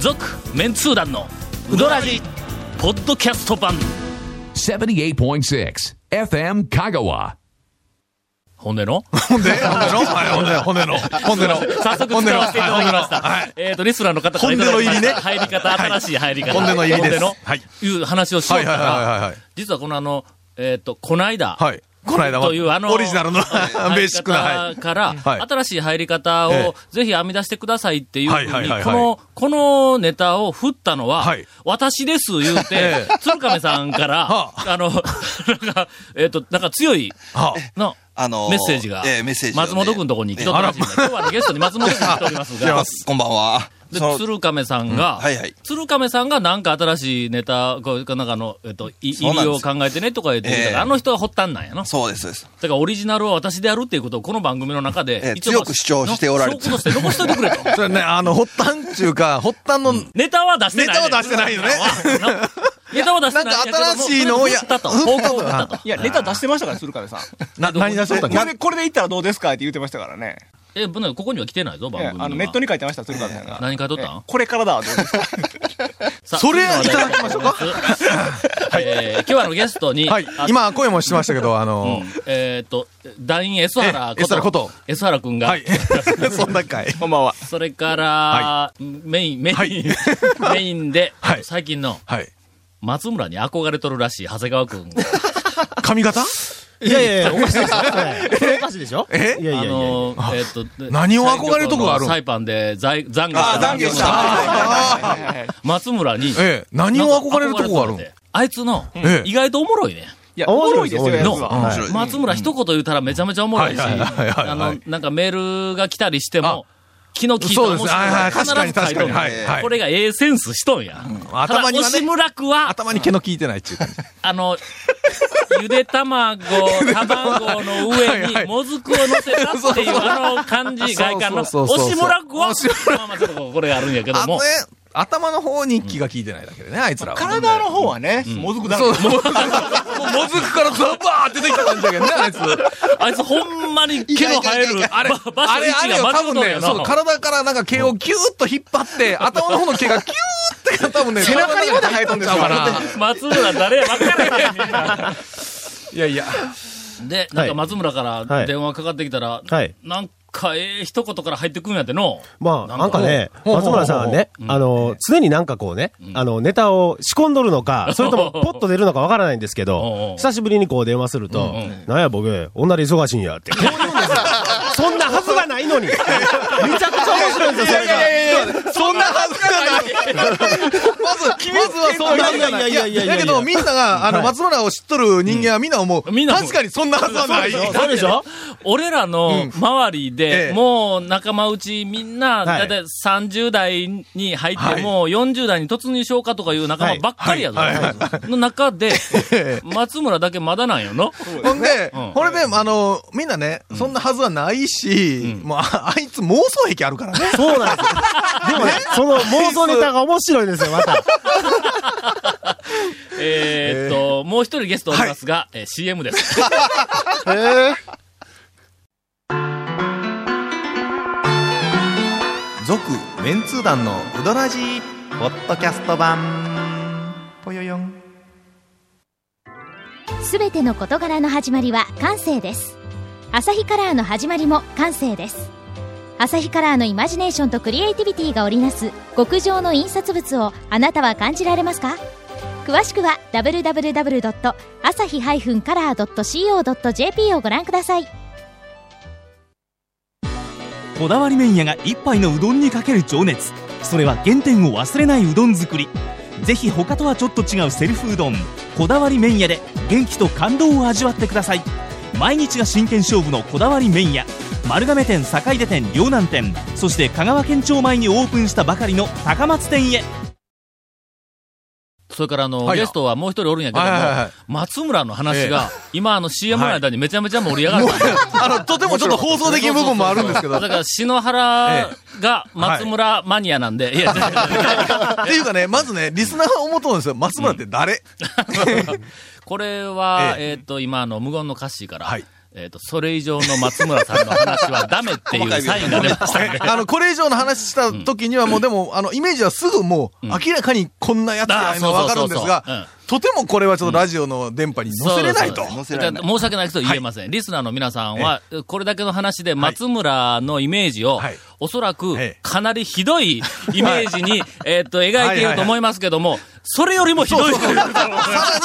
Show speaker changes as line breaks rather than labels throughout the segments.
続メンツー団のウドラジポッドキャスト版
78.6 FM Kagawa.
本音 の
で、骨の、骨の、骨の、
早速使わせていただきました。
はい。
えっ、と、リスナーの方からいただきました入り方、新しい入り方。
本音の入りです
本音の
はい
いう話をしようか
はいはいはいはいは
ら
い、
実はこのあの、えっ、と、この間、
はい。この間は
というあの、
オリジナルの、ベーシックな、は
入
い
り方。から、
はい
新しい入り方
え
をぜひ編み出してくださいっていうふうに、
はいはいはいはい
この、このネタを振ったのは、
はい
私です言うて、
え
鶴亀さんから、
は
あの、 なんか、えっ、と、なんか強い、
は
の、
あのー
メッセージが、
ええメッセージが
松
ね
本君のとこに来とったらしいんで、今日はね、ゲストに松本君来ております が、
こんばんは。
で
その
鶴亀さんが、
んはいはい
鶴亀さんがなんか新しいネタ、こうなんかあの、えっと、い
そう
入り
なんで
を
す
考えてねとか言ってるから、
ええ
あの人が発端なんやな。だ
そうです、そうです。
からオリジナルは私でやるっていうことをこの番組の中
え
で
え、強く主張しておられ
る。
る
証拠として残しといてくれ と。
い。それね、あの、発端っていうか、発端の、
ネタは出してない。
ネタは出してないよね
な。 ネタは出してないやけども。
なんか新しいのをや
振 ったと。報告を振ったと。
いや、レター出してましたから、鶴亀さん。
な、何出しとったっ
こ
け
れで、これでいったらどうですかって言ってましたからね。
え、ぶんここには来てないぞ、番
ええ
組には。
あの、ネットに書いてました、鶴亀さんが。
何書いとったん
ええこれからだ、どうですか
さあ
それいただきましょうか。
次の話です えー今日はあのゲストに、
はい。今、声もしてましたけど、あの、
えーっと、団員 S 原
ええ S 原こと。
S 原くんが、
はい。 そんな回。
こんばんは。
それから、
は
メイン、メイン、
はい
メインで、
はい
最近の
はい。
松村に憧れとるらしい長谷川くん。
髪型
いやいやいや、おかしいでしょそれおかしいでしょいやいやいや
あ
いや。
のー、えーっと、
何を憧れるとこがあるん
サイパンで在懺悔
あ懺悔した
松村に、
ええ、何を憧れるとこがある
なんか憧れと
ん
ってあいつの、
ええ
意外とおもろいね。
いや、おもろいですよ、やつ
の、
は。
面白い。
松村一言言うたらめちゃめちゃおもろいし、
はいはいはいはい
あの、なんかメールが来たりしても、昨日聞いたら
そう
面
です
白い
ね。はいはい。確かに
必ず書い
確
とん
かに。
ねん
はい。はい
こ。れがええセンスしとんや。
頭には
た
ね
だ、押村区は、
頭に毛の効いてないっていう感じ。
あの、ゆで卵、 卵の上
はいは
に
い
もずくを乗せたっていうあの感じ、外観の、
そうそうそうそ
押
う
村区は、まあまあちょっとこれがあるんやけど
あの
も
ね、、頭の方に気が効いてないだけでね、あいつらは。
体の方はね、もずくだらけ
そう、もずくからザバーって出てきた感じだけどね、あいつ。
あいつほんまに毛の生え
いやいやいやい
る
や、
あれ、場所
あれ、あ
位置
れよ、
が間違う
多分
とん
ね
や、な。
そう、体からなんか毛をギューッと引っ張って、頭の方の毛がギューって多分ね、背中にまで生えとんちゃうかな。
松村誰や分からへんみんな。
いやいや、
で、なん
は
か
い
松村から電話かかってきたら、
はい
なんかええ一言から入ってくんやっての。
まあ、なんかね、
ほうほう
松村さんはね、あの、常になんかこうね、あの、ネタを仕込んどるのか、それともポッと出るのかわからないんですけ
おうおう
ど、久しぶりにこう電話すると、なんや僕、女で忙しいんやって、こう言うんですよ。そんなはずがないのに。めちゃくちゃ面白いんですよ、それが。
そんなはずがない。まず、まずはそんなはずがない。
いやいやいやいやいやいや
だけど、みんなが、あの、松村を知っとる人間はみんな思う。
みんな思う
確かにそんなはずはない。
そうでしょ
俺らの周りで、
ええ
もう仲間内みんな、
は
だい
い
たい30代に入って、
はい
もう40代に突入しようかとかいう仲間ばっかりやぞ。
はいはいは
の中 で、
え
松村だけまだなんよの。
ほんで、
うん
これで、あの、みんなね、そんなはずはないし、もう、ああいつ妄想癖あるからね。
そうなんですよ。でもね、その妄想ネタが面白いんですよ、また。
えーっと、もう一人ゲストおりますが、えー CM です。
続メンツー団のウドラジーポッドキャスト版ぽよよん
すべての事柄の始まりは感性ですアサヒカラーの始まりも感性ですアサヒカラーのイマジネーションとクリエイティビティが織りなす極上の印刷物をあなたは感じられますか詳しくは www.asahi-color.co.jp をご覧ください
こだわり麺屋が一杯のうどんにかける情熱それは原点を忘れないうどん作りぜひ他とはちょっと違うセルフうどんこだわり麺屋で元気と感動を味わってください毎日が真剣勝負のこだわり麺屋丸亀店坂出店両南店そして香川県庁前にオープンしたばかりの高松店へ
それからあの、
はい
ゲストはもう一人おるんやけども、
はいはいはい
松村の話が、今あの CM の間にめちゃめちゃ盛り上がっ
もう
たんや。
あの、とてもちょっと放送的部分もあるんですけど
だ。から、篠 原が松村マニアなんで、いや、
っていうかね、まずね、リスナーは思うと思うんですよ。松村って誰、
これは、
え
えっと、今、あの、無言の歌詞から
はい、
えっ、と、それ以上の松村さんの話はダメっていうサインが出ましたね。
あの、これ以上の話した時にはもうでも、あの、イメージはすぐもう、明らかにこんなやつやのはわかるんで
あそうそう
す
そう
が、とてもこれはちょっとラジオの電波に載せれないと。
そうそうだから申し訳ないけど言えません。リスナーの皆さんは、これだけの話で松村のイメージを、
はい
おそらく
ええ
かなりひどいイメージ に、えっと、描いていると思いますけども、それよりもひど い。
さらに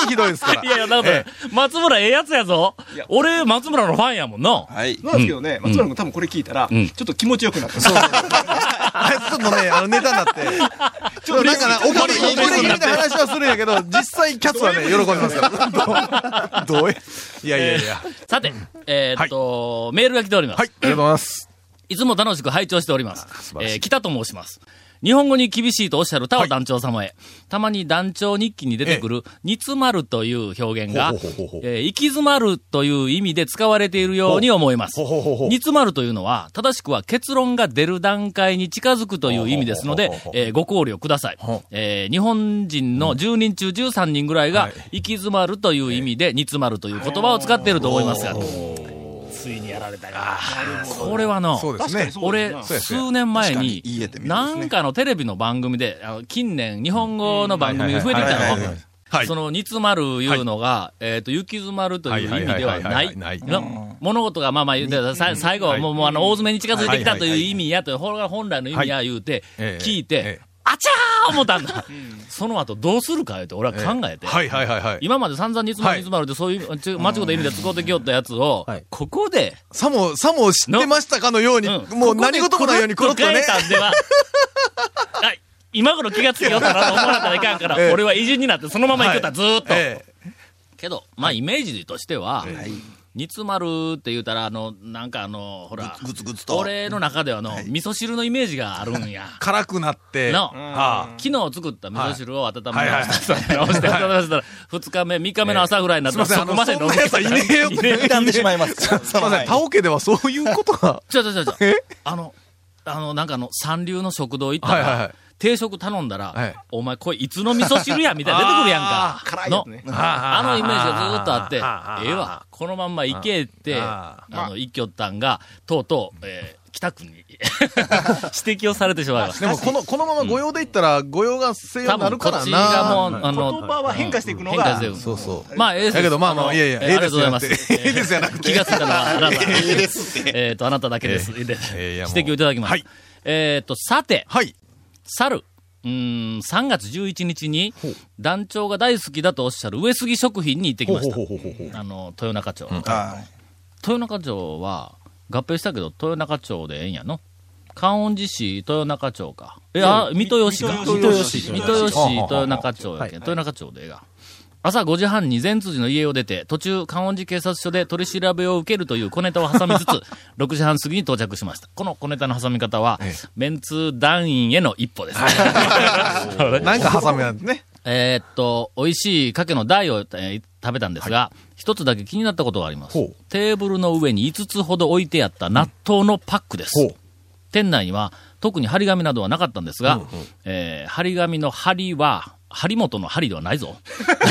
ひどいですから
い。やいや、だから、松村ええやつやぞ。俺、松村のファンやもんな。
はい。
なんですけどね、松村君多分これ聞いたら、
うん
ちょっと気持ちよくなった。
あいつちょっとね、あの、ネタになって。ちょっとなんかな、怒り、怒り気味な話はするんやけど、実際キャッツはね、喜びますから。どうえいやいやいや。あり
さて、えーっと、メールが来ております。い、
がとうございます。
つも楽しく拝聴しております。
晴らしい
えー北と申します。日本語に厳しいとおっしゃる田尾団長様へ、たまに団長日記に出てくる、煮詰まるという表現が、え
ほうほうほうほう
ー行き詰まるという意味で使われているように思います。
ほうほうほうほう
煮詰まるというのは、正しくは結論が出る段階に近づくという意味ですので
ほうほうほうほ、う
えーご考慮ください。えー日本人の10人中13人ぐらいが、行き詰まるという意味で、煮詰まるという言葉を使っていると思いますが、ついにやられたか。これはの、
そうですね。
俺、
そうですね
数年前に
確かに言えてみ、るんです
な
ね
んかのテレビの番組で、あの近年、日本語の番組が増えてき
はい
た
はいはいは
の
い。はい
その、煮詰まるいうのが、えっと、行き詰まるという意味では
は
ない
はいはい
い。
はい
な物事が、まあまあ言うてたさ、最後、もう、もうあの、大詰めに近づいてきたという意味やと、ほら本来の意味や言うて、
ええ
聞い
え
て
え、
あちゃー思ったんだ。その後、どうするか言うて、俺は考えて。
はいはいはいはい。
今まで散々煮詰まる
はい
煮詰まるって、そういう、ちゅ間違った意味で使うてきよったやつを
はい、
ここで、
さも、さも知ってましたかのように、
うん
もう何事もないようにコロッとね。
ここでコロッと変えたんで はあ今頃気がつきよったなと思われたらいかんから、
ええ
俺は偉人になってそのまま行けた、ずーっと、
ええ
けど、まあ、イメージとしては、煮詰まるって言うたら、あの、なんかあの、ほら、
ぐつぐつと。
俺の中ではあの、味噌汁のイメージがあるん や。
辛くなって。
の、
あ
昨日作った味噌汁を温め
はいは
直
い
した、直して、温め直したら、2日目、3日目の朝ぐらいになっ
す
た
みま
ら、
せん、
そ
あ
こ
の、
まで
そん
飲ん
な
で
やつはいねえよ。
傷んでしまいま す。
すみません、タオケではそういうこ とが。
ちょちょちょちょ。あの、あの、なんかあの、三流の食堂行ったら、
はいはいはい
定食頼んだら、
はい
お前これいつの味噌汁 やみたいな出てくるやんか。
辛いや
の
つね。
あのイメージがずっとあって、
あー
ええわ、このまんま行けって、あ
あ
の、行きよったんが、とうとう、えー北区に 指摘をされてしまいまし
で
た。
も、この、このまま御用でいったら、御用が西洋
多
にな
分
る
こ
か
っ
ら
ちが
な。
もう、あの、
言葉は変化していくのが
変化していく
そうそう。
まあ、ええです
だけどまあまあ
の
いやいや
え
え
あり
え
がとうございます。
ですよってええですよなく て
気がついたのは、 あなた。ええですって。えっと、あなただけです。で指
えいやもう
摘をいただきます。
はい
えっと、さて、
はい。
去る、うーん、3月11日に、団長が大好きだとおっしゃる上杉食品に行ってきました。あの、豊中町。
は
豊中町は、合併したけど、豊中町でええんやの観音寺市、豊中町か。いや、水戸吉か。
水戸吉
水戸吉、豊中町やけん。豊中町でええが。朝5時半に善通寺の家を出て、途中、観音寺警察署で取り調べを受けるという小ネタを挟みつつ、6時半過ぎに到着しました。この小ネタの挟み方は、メンツ団員への一歩です。
なんか挟み なんでね。
えーっと、美味しい鮭の台を、えー食べたんですが、一、つだけ気になったことがあります。テーブルの上に5つほど置いてあった納豆のパックです。店内には特に張り紙などはなかったんですが、えー張り紙の針は、張本の針ではないぞ。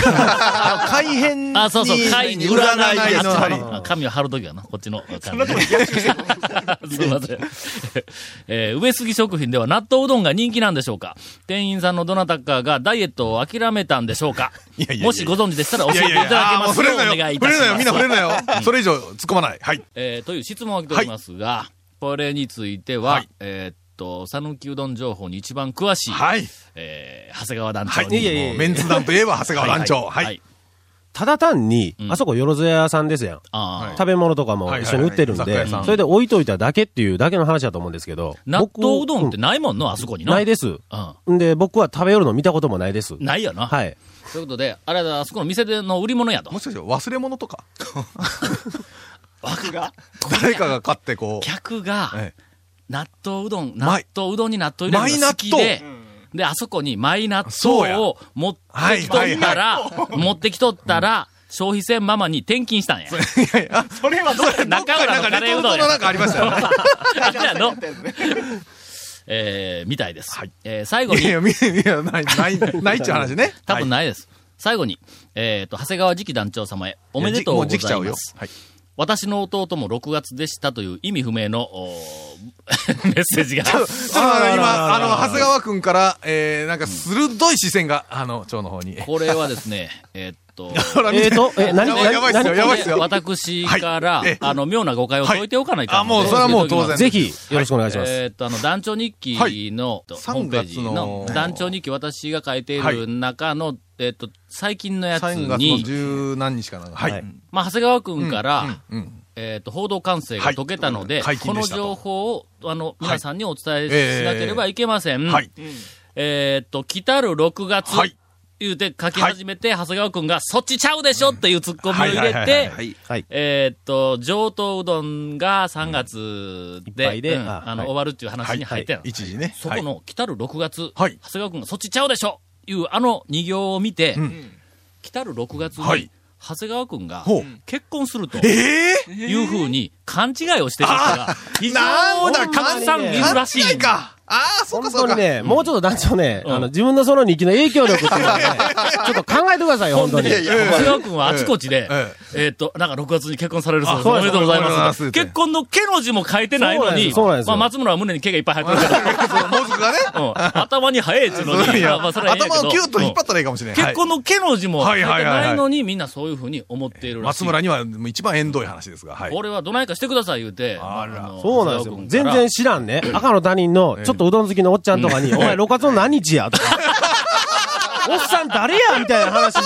あの、改変に。
あ、そうそう、貝に
占い
あ
の針。
あ紙を貼るときはな、こっちの。そんなとこ すいません。えー上杉食品では納豆うどんが人気なんでしょうか店員さんのどなたかがダイエットを諦めたんでしょう かもしご存知でしたら教えていただけ
あーも
ま
う
すと
触れ
お
るなよ。
願いいた
触
し
れ
ます。
るなよ。みんな触れるなよ。それ以上突っ込まない。はい。
えーという質問を来ておりますが、これについては、えーっと、讃岐うどん情報に一番詳しい、
はい。
えー長谷川団
は
長に。
いえいえ
い。メンツ団といえば長谷川団長。はい。
ただ単に、
ん
あそこよろずやさんですやん。
あー
食べ物とかも一緒に売ってるん
はいはい
で
はい雑貨屋さ、ん
それで置いといただけっていうだけの話だと思うんですけど。
納豆うどんって
僕
ないもんの、あそこに
うんない
で。
です。
うん。
んで、僕は食べよるの見たこともないです。
ないよな。
はい。
ということで、あれだ、あそこの店での売り物やと
も。しかして忘れ物とか
枠が。
誰かが買っ てこう。
客が、
ええ
納豆うどん、納
マイ
豆うどんに納豆入れるのが好きで、で、あそこにマイ納
そう
豆
や
を持ってきとったら、持ってきとったら、消費せんママに転勤したんや。
それはどうや
中浦
なん
の
か
カ
レ
レー
ト
うどん
ルト
や
の。なんかありましたよね。
あじゃあ の
ったやつね。
えーみたいです。えー最後
いやい
に、
や、みいや、ない、ない、ないっちゅう話ね。
多分ないです。最後に、えっと、長谷川次期団長様へ、おめでとうございます。
はい。
私の弟も6月でしたという意味不明の、おメッセー ジが。
ちょっと待って今、あの、長谷川くんから、えー、なんか鋭い視線が、あの、蝶の方に。
これはですね、 えーっと、
ほら、見
え
て
っ。と、 え、何、
やばいやばいっすよ、
何、
やばいっすよ。
私から、
はいええ
あの、妙な誤解を解いておかないと、
はいあもうそれはもう当然
ぜひ、よろしくお願いします。
えーっと、あの、団長日記の、ホームページの
3月の、
団長日記私が書いてい
は
る
い
中の、えーっと、最近のやつ
3月の
に、
十何日かな。は
はい
い。
まあ、長谷川くんから、
うんうん
えー、と報道管制が解けたので、
はい
こ
解禁
の
でしたと
情報をあの皆さんにお伝えし
ええ
なければいけません。
はい。
えっ、と、来たる6月、
はい
言うて書き始めて、長谷川くんが、そっちちゃうでしょっていうツッコミを入れ
はいはいはい
て
は、い。
えっと、上等うどんが3月
いっ
で
ぱ、いで
うん
あ
あの、
はい
終わるっていう話に入ってたの、
一時ね。
そこの、来たる6月、
はい
長谷川くんが、そっちちゃうでしょいうあの2行を見て、
ん
来たる6月に、
はい
長谷川くんが
ほう、
結婚すると。
ええ
いうふうに勘違いをしている人が、非
な
常
んだ
にたくさんいるらしい。
勘違いか。ああ、そう
本
かそう
当に
か。
ね、もうちょっと団長ね、
うん
あの、自分のその日記の影響力っていう のはね、ちょっと考えてくださいよ、本当に。
で、長谷川君はあちこちで
え、
えーっと、なんか6月に結婚されるそうです。
あ
お
そう
めです
で
とうござい
おめでとうござい
ま。
ますす
結婚のけの字も書いてないのに、
そうなんですよそうなんです
ま
よ
あ松村は胸に毛がいっぱい生えてるけ
もずくがね。
ど、 うん頭に生えっちゅうの
そうい
に、ま
や
あまあそれはええけど
頭をキュッと引っ張ったらいいかもしれ
うん
ない。
結婚のけの字も書いて
はいはいはい
な
はいい
のに、みんなそういうふうに思っているらしい。
松村にはもう一番縁遠い話ですが、はい。
これはどないかしてください言うて、
あら
の
そうなんですよ。
長谷
全
川君から
然知らんね。赤の他人の、ちょっとうどん好きのおっちゃんとかに、お前、6月の何 日やとか。おっさん誰やみたいな話で、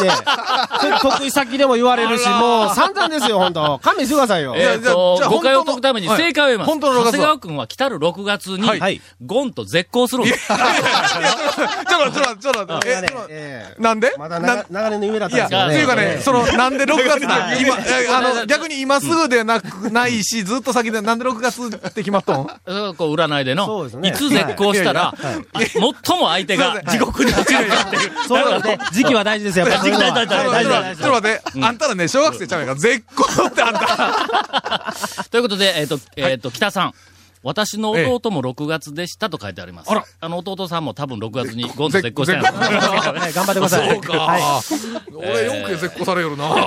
それ得意先でも言われるし、もう散々ですよ、本当勘弁してくださいよ。
えっと
じゃあじゃあ
誤解を解くために
本当の
正解を言います。
はい本当
長
の六月は
谷川君は来たる6月
はい
に、ゴンと絶交するんです。
ちょっと待って、ちょっと待って、ちょっと待って。えちょっと待って
ええ
なんで
まだ
なん
長長年の夢だった
い
んで
や、っ
す
て
けどね。
いうか
え
ね
え、
その、なんで6月だ
はい
今、えあの、逆に今すぐではなく、ないし、ずっと先で、なんで6月って決まっとん
うんこう占いで
そ
の
うですね
いつ絶交したら、あ最も相手が地獄に落ちるよっていう。
そうなんですね。時期は大事ですよ、やっぱりそういうのは。
時期
ちょっと
大
待
事
ってちょっと待って、あんたらね、小学生ちゃうやんか、絶好ってあんた。
ということで、えっ、と、えっ、と、北さん。私の弟も6月でしたと書いてあります。あの弟さんも多分6月にゴンと絶交したんやろ
はい、頑張ってください。
そう
はい。
か。俺、よく絶好され よるな。会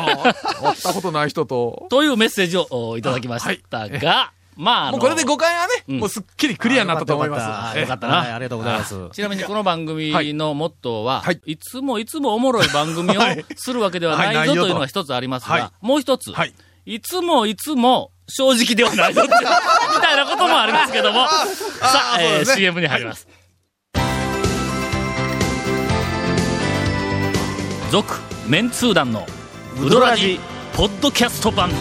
ったことない人と。
というメッセージをおいただきましたが、まあ、あの
もうこれで誤解は
うん
ね、もうすっきりクリアになったと思います。
あよかったな
はいありがとうございます。
ちなみにこの番組のモットーは、
はい
い、つもいつもおもろい番組を
はい
するわけでは
はい
な
ないい
ぞと
よと
いうのが一つありますが、
はい
もう一つ、
はい
い、つもいつも正直ではないぞっ ていうみたいなこともありますけども、さ
あ
あ、
そう
えー
ですね
CM に入ります。続、メンツー団のウドラジポッドキャスト版。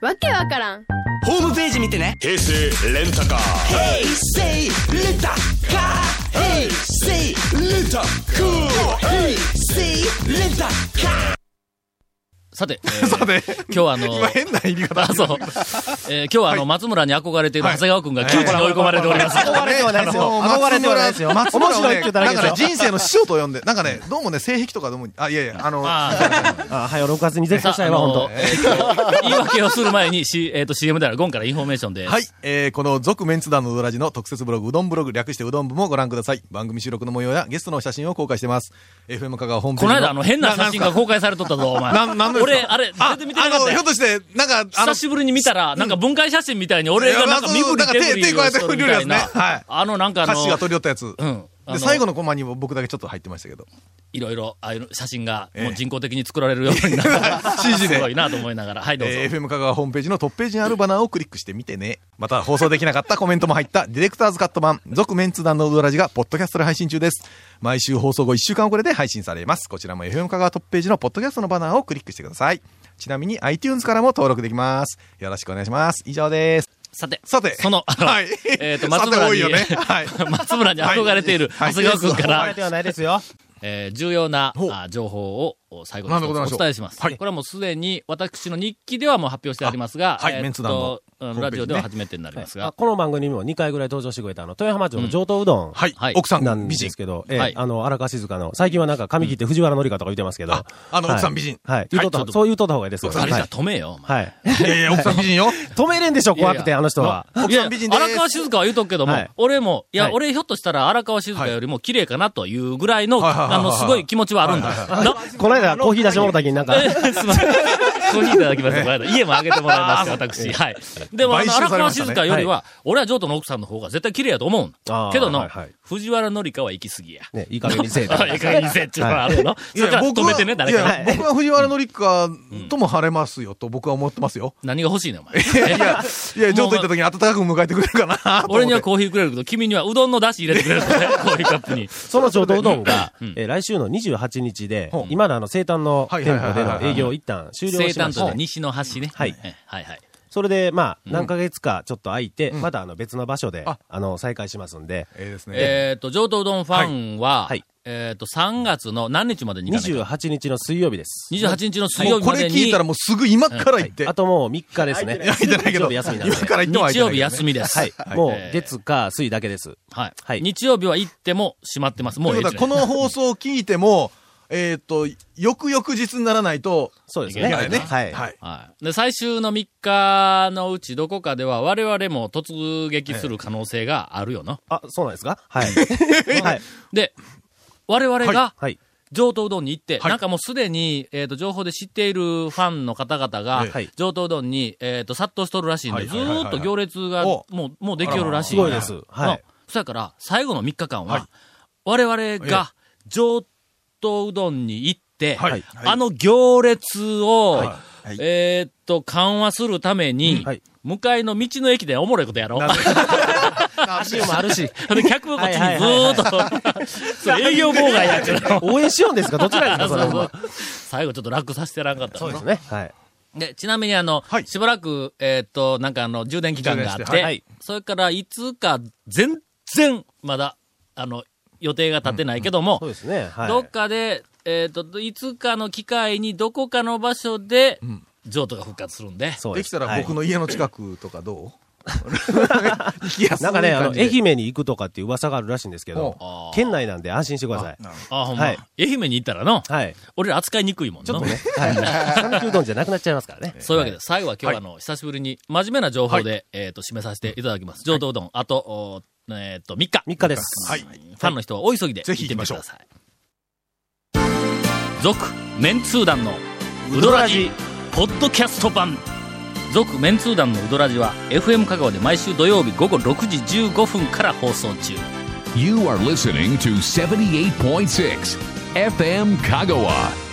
わけわからん
さ て、えー
さて、
今日はあの
今、変な言い方。
あ、そう。えー今日はあの、松村に憧れている長谷川くんが窮地に追い込まれており ます。
憧れてはないですよ。憧れてはないですよ。面
松村をね
白いって言っただけ
なんか
ですよ。
ね、人生の師匠と呼んで、なんかね、どうもね、性癖とかどうも、あ、いやいや、あの、
あ
あ、はい、6月に絶
さあ、あ
対したいわ、本
の
当。
えー言い訳をする前に、C えー、と CM であるゴンからインフォメーションで、
はい。えー、この、続メンツ団のうどらじの特設ブログ、うどんブログ、略してうどん部もご覧ください。番組収録の模様やゲストの写真を公開してます。FM 香川ホームペ
こ
ージ
の間あの変な写真が公開されとったぞ、お前。
ななんですか
俺、あれ、
あ
出てみてなかっ
あの、
た
ひょ
よ
っ。として、なんか、あの
久、しぶりに見たら、なんか分解写真みたいに俺がなんか身振り手振りをしとるみたいな、
なんか手手加えてるやつねはい
あのなんかあ
歌詞が
の
取、り寄ったやつ。
うん。あの
で、最後のコマにも僕だけちょっと入ってましたけど。
いろいろ、ああいう写真が、
ええ
もう人工的に作られるようにな った。
CG です
ごいなと思いながら。はい、どうぞ。
えー FM 香川ホームページのトップページにあるバナーをクリックしてみてね。また、放送できなかったコメントも入った、ディレクターズカット版、続メンツ団のうどらじが、ポッドキャストで配信中です。毎週放送後1週間遅れで配信されます。こちらも FM 香川トップページのポッドキャストのバナーをクリックしてください。ちなみに iTunes からも登録できます。よろしくお願いします。以上です。
さて、
さて
その、あの
はい
えっ、と、
さて
松村
多
に、
いよねはい
松村に憧れている長
はい
谷川君か
憧れ
ら、
てはないですよ。
えー重要な
ほう
あ情報をを最後にお伝えします。これはもうすでに私の日記ではもう発表してありますが、
あはい
えーっと
メンツ団の
うん
ホームページね
ラジオでは初めてになります
あ
が、
この番組にも2回ぐらい登場してくれた、あの、豊浜町の上等うどん。
はい
はい。
奥さん
な
が
ん
美
で
人
す。けど、ええ
はい
あの、荒川静香の、最近はなんか髪切って藤原紀香とか言ってますけど、
あの
はい
奥さん美人
はい。言うとった
はいちょっと
そう言うとった方がいいですよ。
あれじゃ
はい。
止めよ、お前
はい。
いやい や、奥さん美人よ。
止めれんでしょ、怖く
いやい
て、
や
あの人は。
奥さん美人で
い
す
や荒川静香は言うとくけども、
はい
俺も、いや、
はい
俺ひょっとしたら荒川静香よりも綺麗かなというぐらいの、
はいはいはいはい
あの、すごい気持ちはあるんだ。な
この間、コーヒー出してもらった時になんか、
えーすみません。コーヒーいただきました、この間。家もあげてもらいました、私。はい。でも、あ
買
の、
収され
荒川
ましたね
静香よりは、俺は譲渡の奥さんの方が絶対綺麗やと思うん
あー
けどの、
はいはい
藤原紀香は行き過ぎや。
ね、いい加減 にせえと。
あいかにせっていうのはあるの。それから止めてね、誰か
い
が。
や僕は藤原紀香とも晴れますよと僕は思ってますよ。
何が欲しいねん、お前。
いや、いや、ちょっと行った時に温かく迎えてくれるかなと思って。
俺にはコーヒーくれるけど、君にはうどんの出汁入れてくれるからね、コーヒーカップに。
その上等うどんが
うん、
えー来週の28日で
ほう、
今のあの生誕の
はい
店
はいはい
舗
はい
での営業を一旦終了
生
しま
誕
し
と
て、
西の端ね。
はい
えはいはい。
それで、まあ、何ヶ月かちょっと空いて、またあの別の場所で、
あ
あの、再開しますんで、
ええですね。
えっと、上等うどんファンは、
はいはい
えっと、3月の何日までに行かないか
28日の水曜日です。
28日の水
も
曜
う
日
こ
ま
れ
でに、
聞いたらもうすぐ今から行って。
あともう3日ですね。
いや、行ってないけど、
日曜日休みなん
今
で。
から行っても
日曜日休
み。
みです。
はい。
い
もう
えー
月か水だけです。
はい。
はい
日曜日は行っても閉まってます。もう
とい
え
う
え
ことはこの放送を聞いても、えっと、翌々日にならないと、
そうです
い
ね。
けないね
はい。
はい。
はい。で、最終の3日のうちどこかでは我々も突撃する可能性があるよな。
あ、そうなんですかはい。はい。
で、我々が
はい。
上等うどんに行って、
はい
なんかもうすでに、えっ、と、情報で知っているファンの方々が、
はい
上等うどんに、えっ、と、殺到しとるらしいん
は
で、
い
ず
はいはいはい
ーっと行列が、も
お
う、もうできおるらしい
すごいですはい
なそやから、最後の3日間は、
はい
我々が上等うどんに行って、
はいはい
あの行列を、
い
えっと、緩和するために、
うんはい
向かいの道の駅でおもろいこと やろう。
足もあるし。
で、客もこっちにずーっと、そう営業妨害やってるの。
応援しようんですかどちら ですかそれ
そうそう
は。
最後ちょっと楽させてやらんかったな
そうですね。はい。
でちなみにあの、
はい
しばらく、えっ、と、なんかあの、充電期間があって、
充電しては
それからいつか全然、まだ、あの、予定が立ってないけども、
そうですね。はい。
どっかで、えっ、と、いつかの機会にどこかの場所で、譲渡が復活するんで、
そう
で
で
き
す
たら僕
は
の家の近くとかど う行きや
い
すい
なんかね、あ
感
の、
じで
愛媛に行くとかっていう噂があるらしいんですけど
お、
県内なんで安心してください。
あ、ほんま、
はい
愛媛に行ったらの、
はい。
俺ら扱いにくいもんな。
ちょっとね、はい。讃岐うどんじゃなくなっちゃいますからね。
そういうわけで、最後は今日はあの、久しぶりに真面目な情報で、えっと、締めさせていただきます。上等うどん、あと、おえっと、3日。
3日です。
はい。
ファンの人はお急ぎで行
ぜ
って
ひ
み
行
て
き
くだ
ましょう
さい。続、メンツー団のウドラジ、ポッドキャスト版。続、メンツー団のウドラジは、FM 香川で毎週土曜日午後6時15分から放送中。
You are listening to 78.6 FM Kagawa.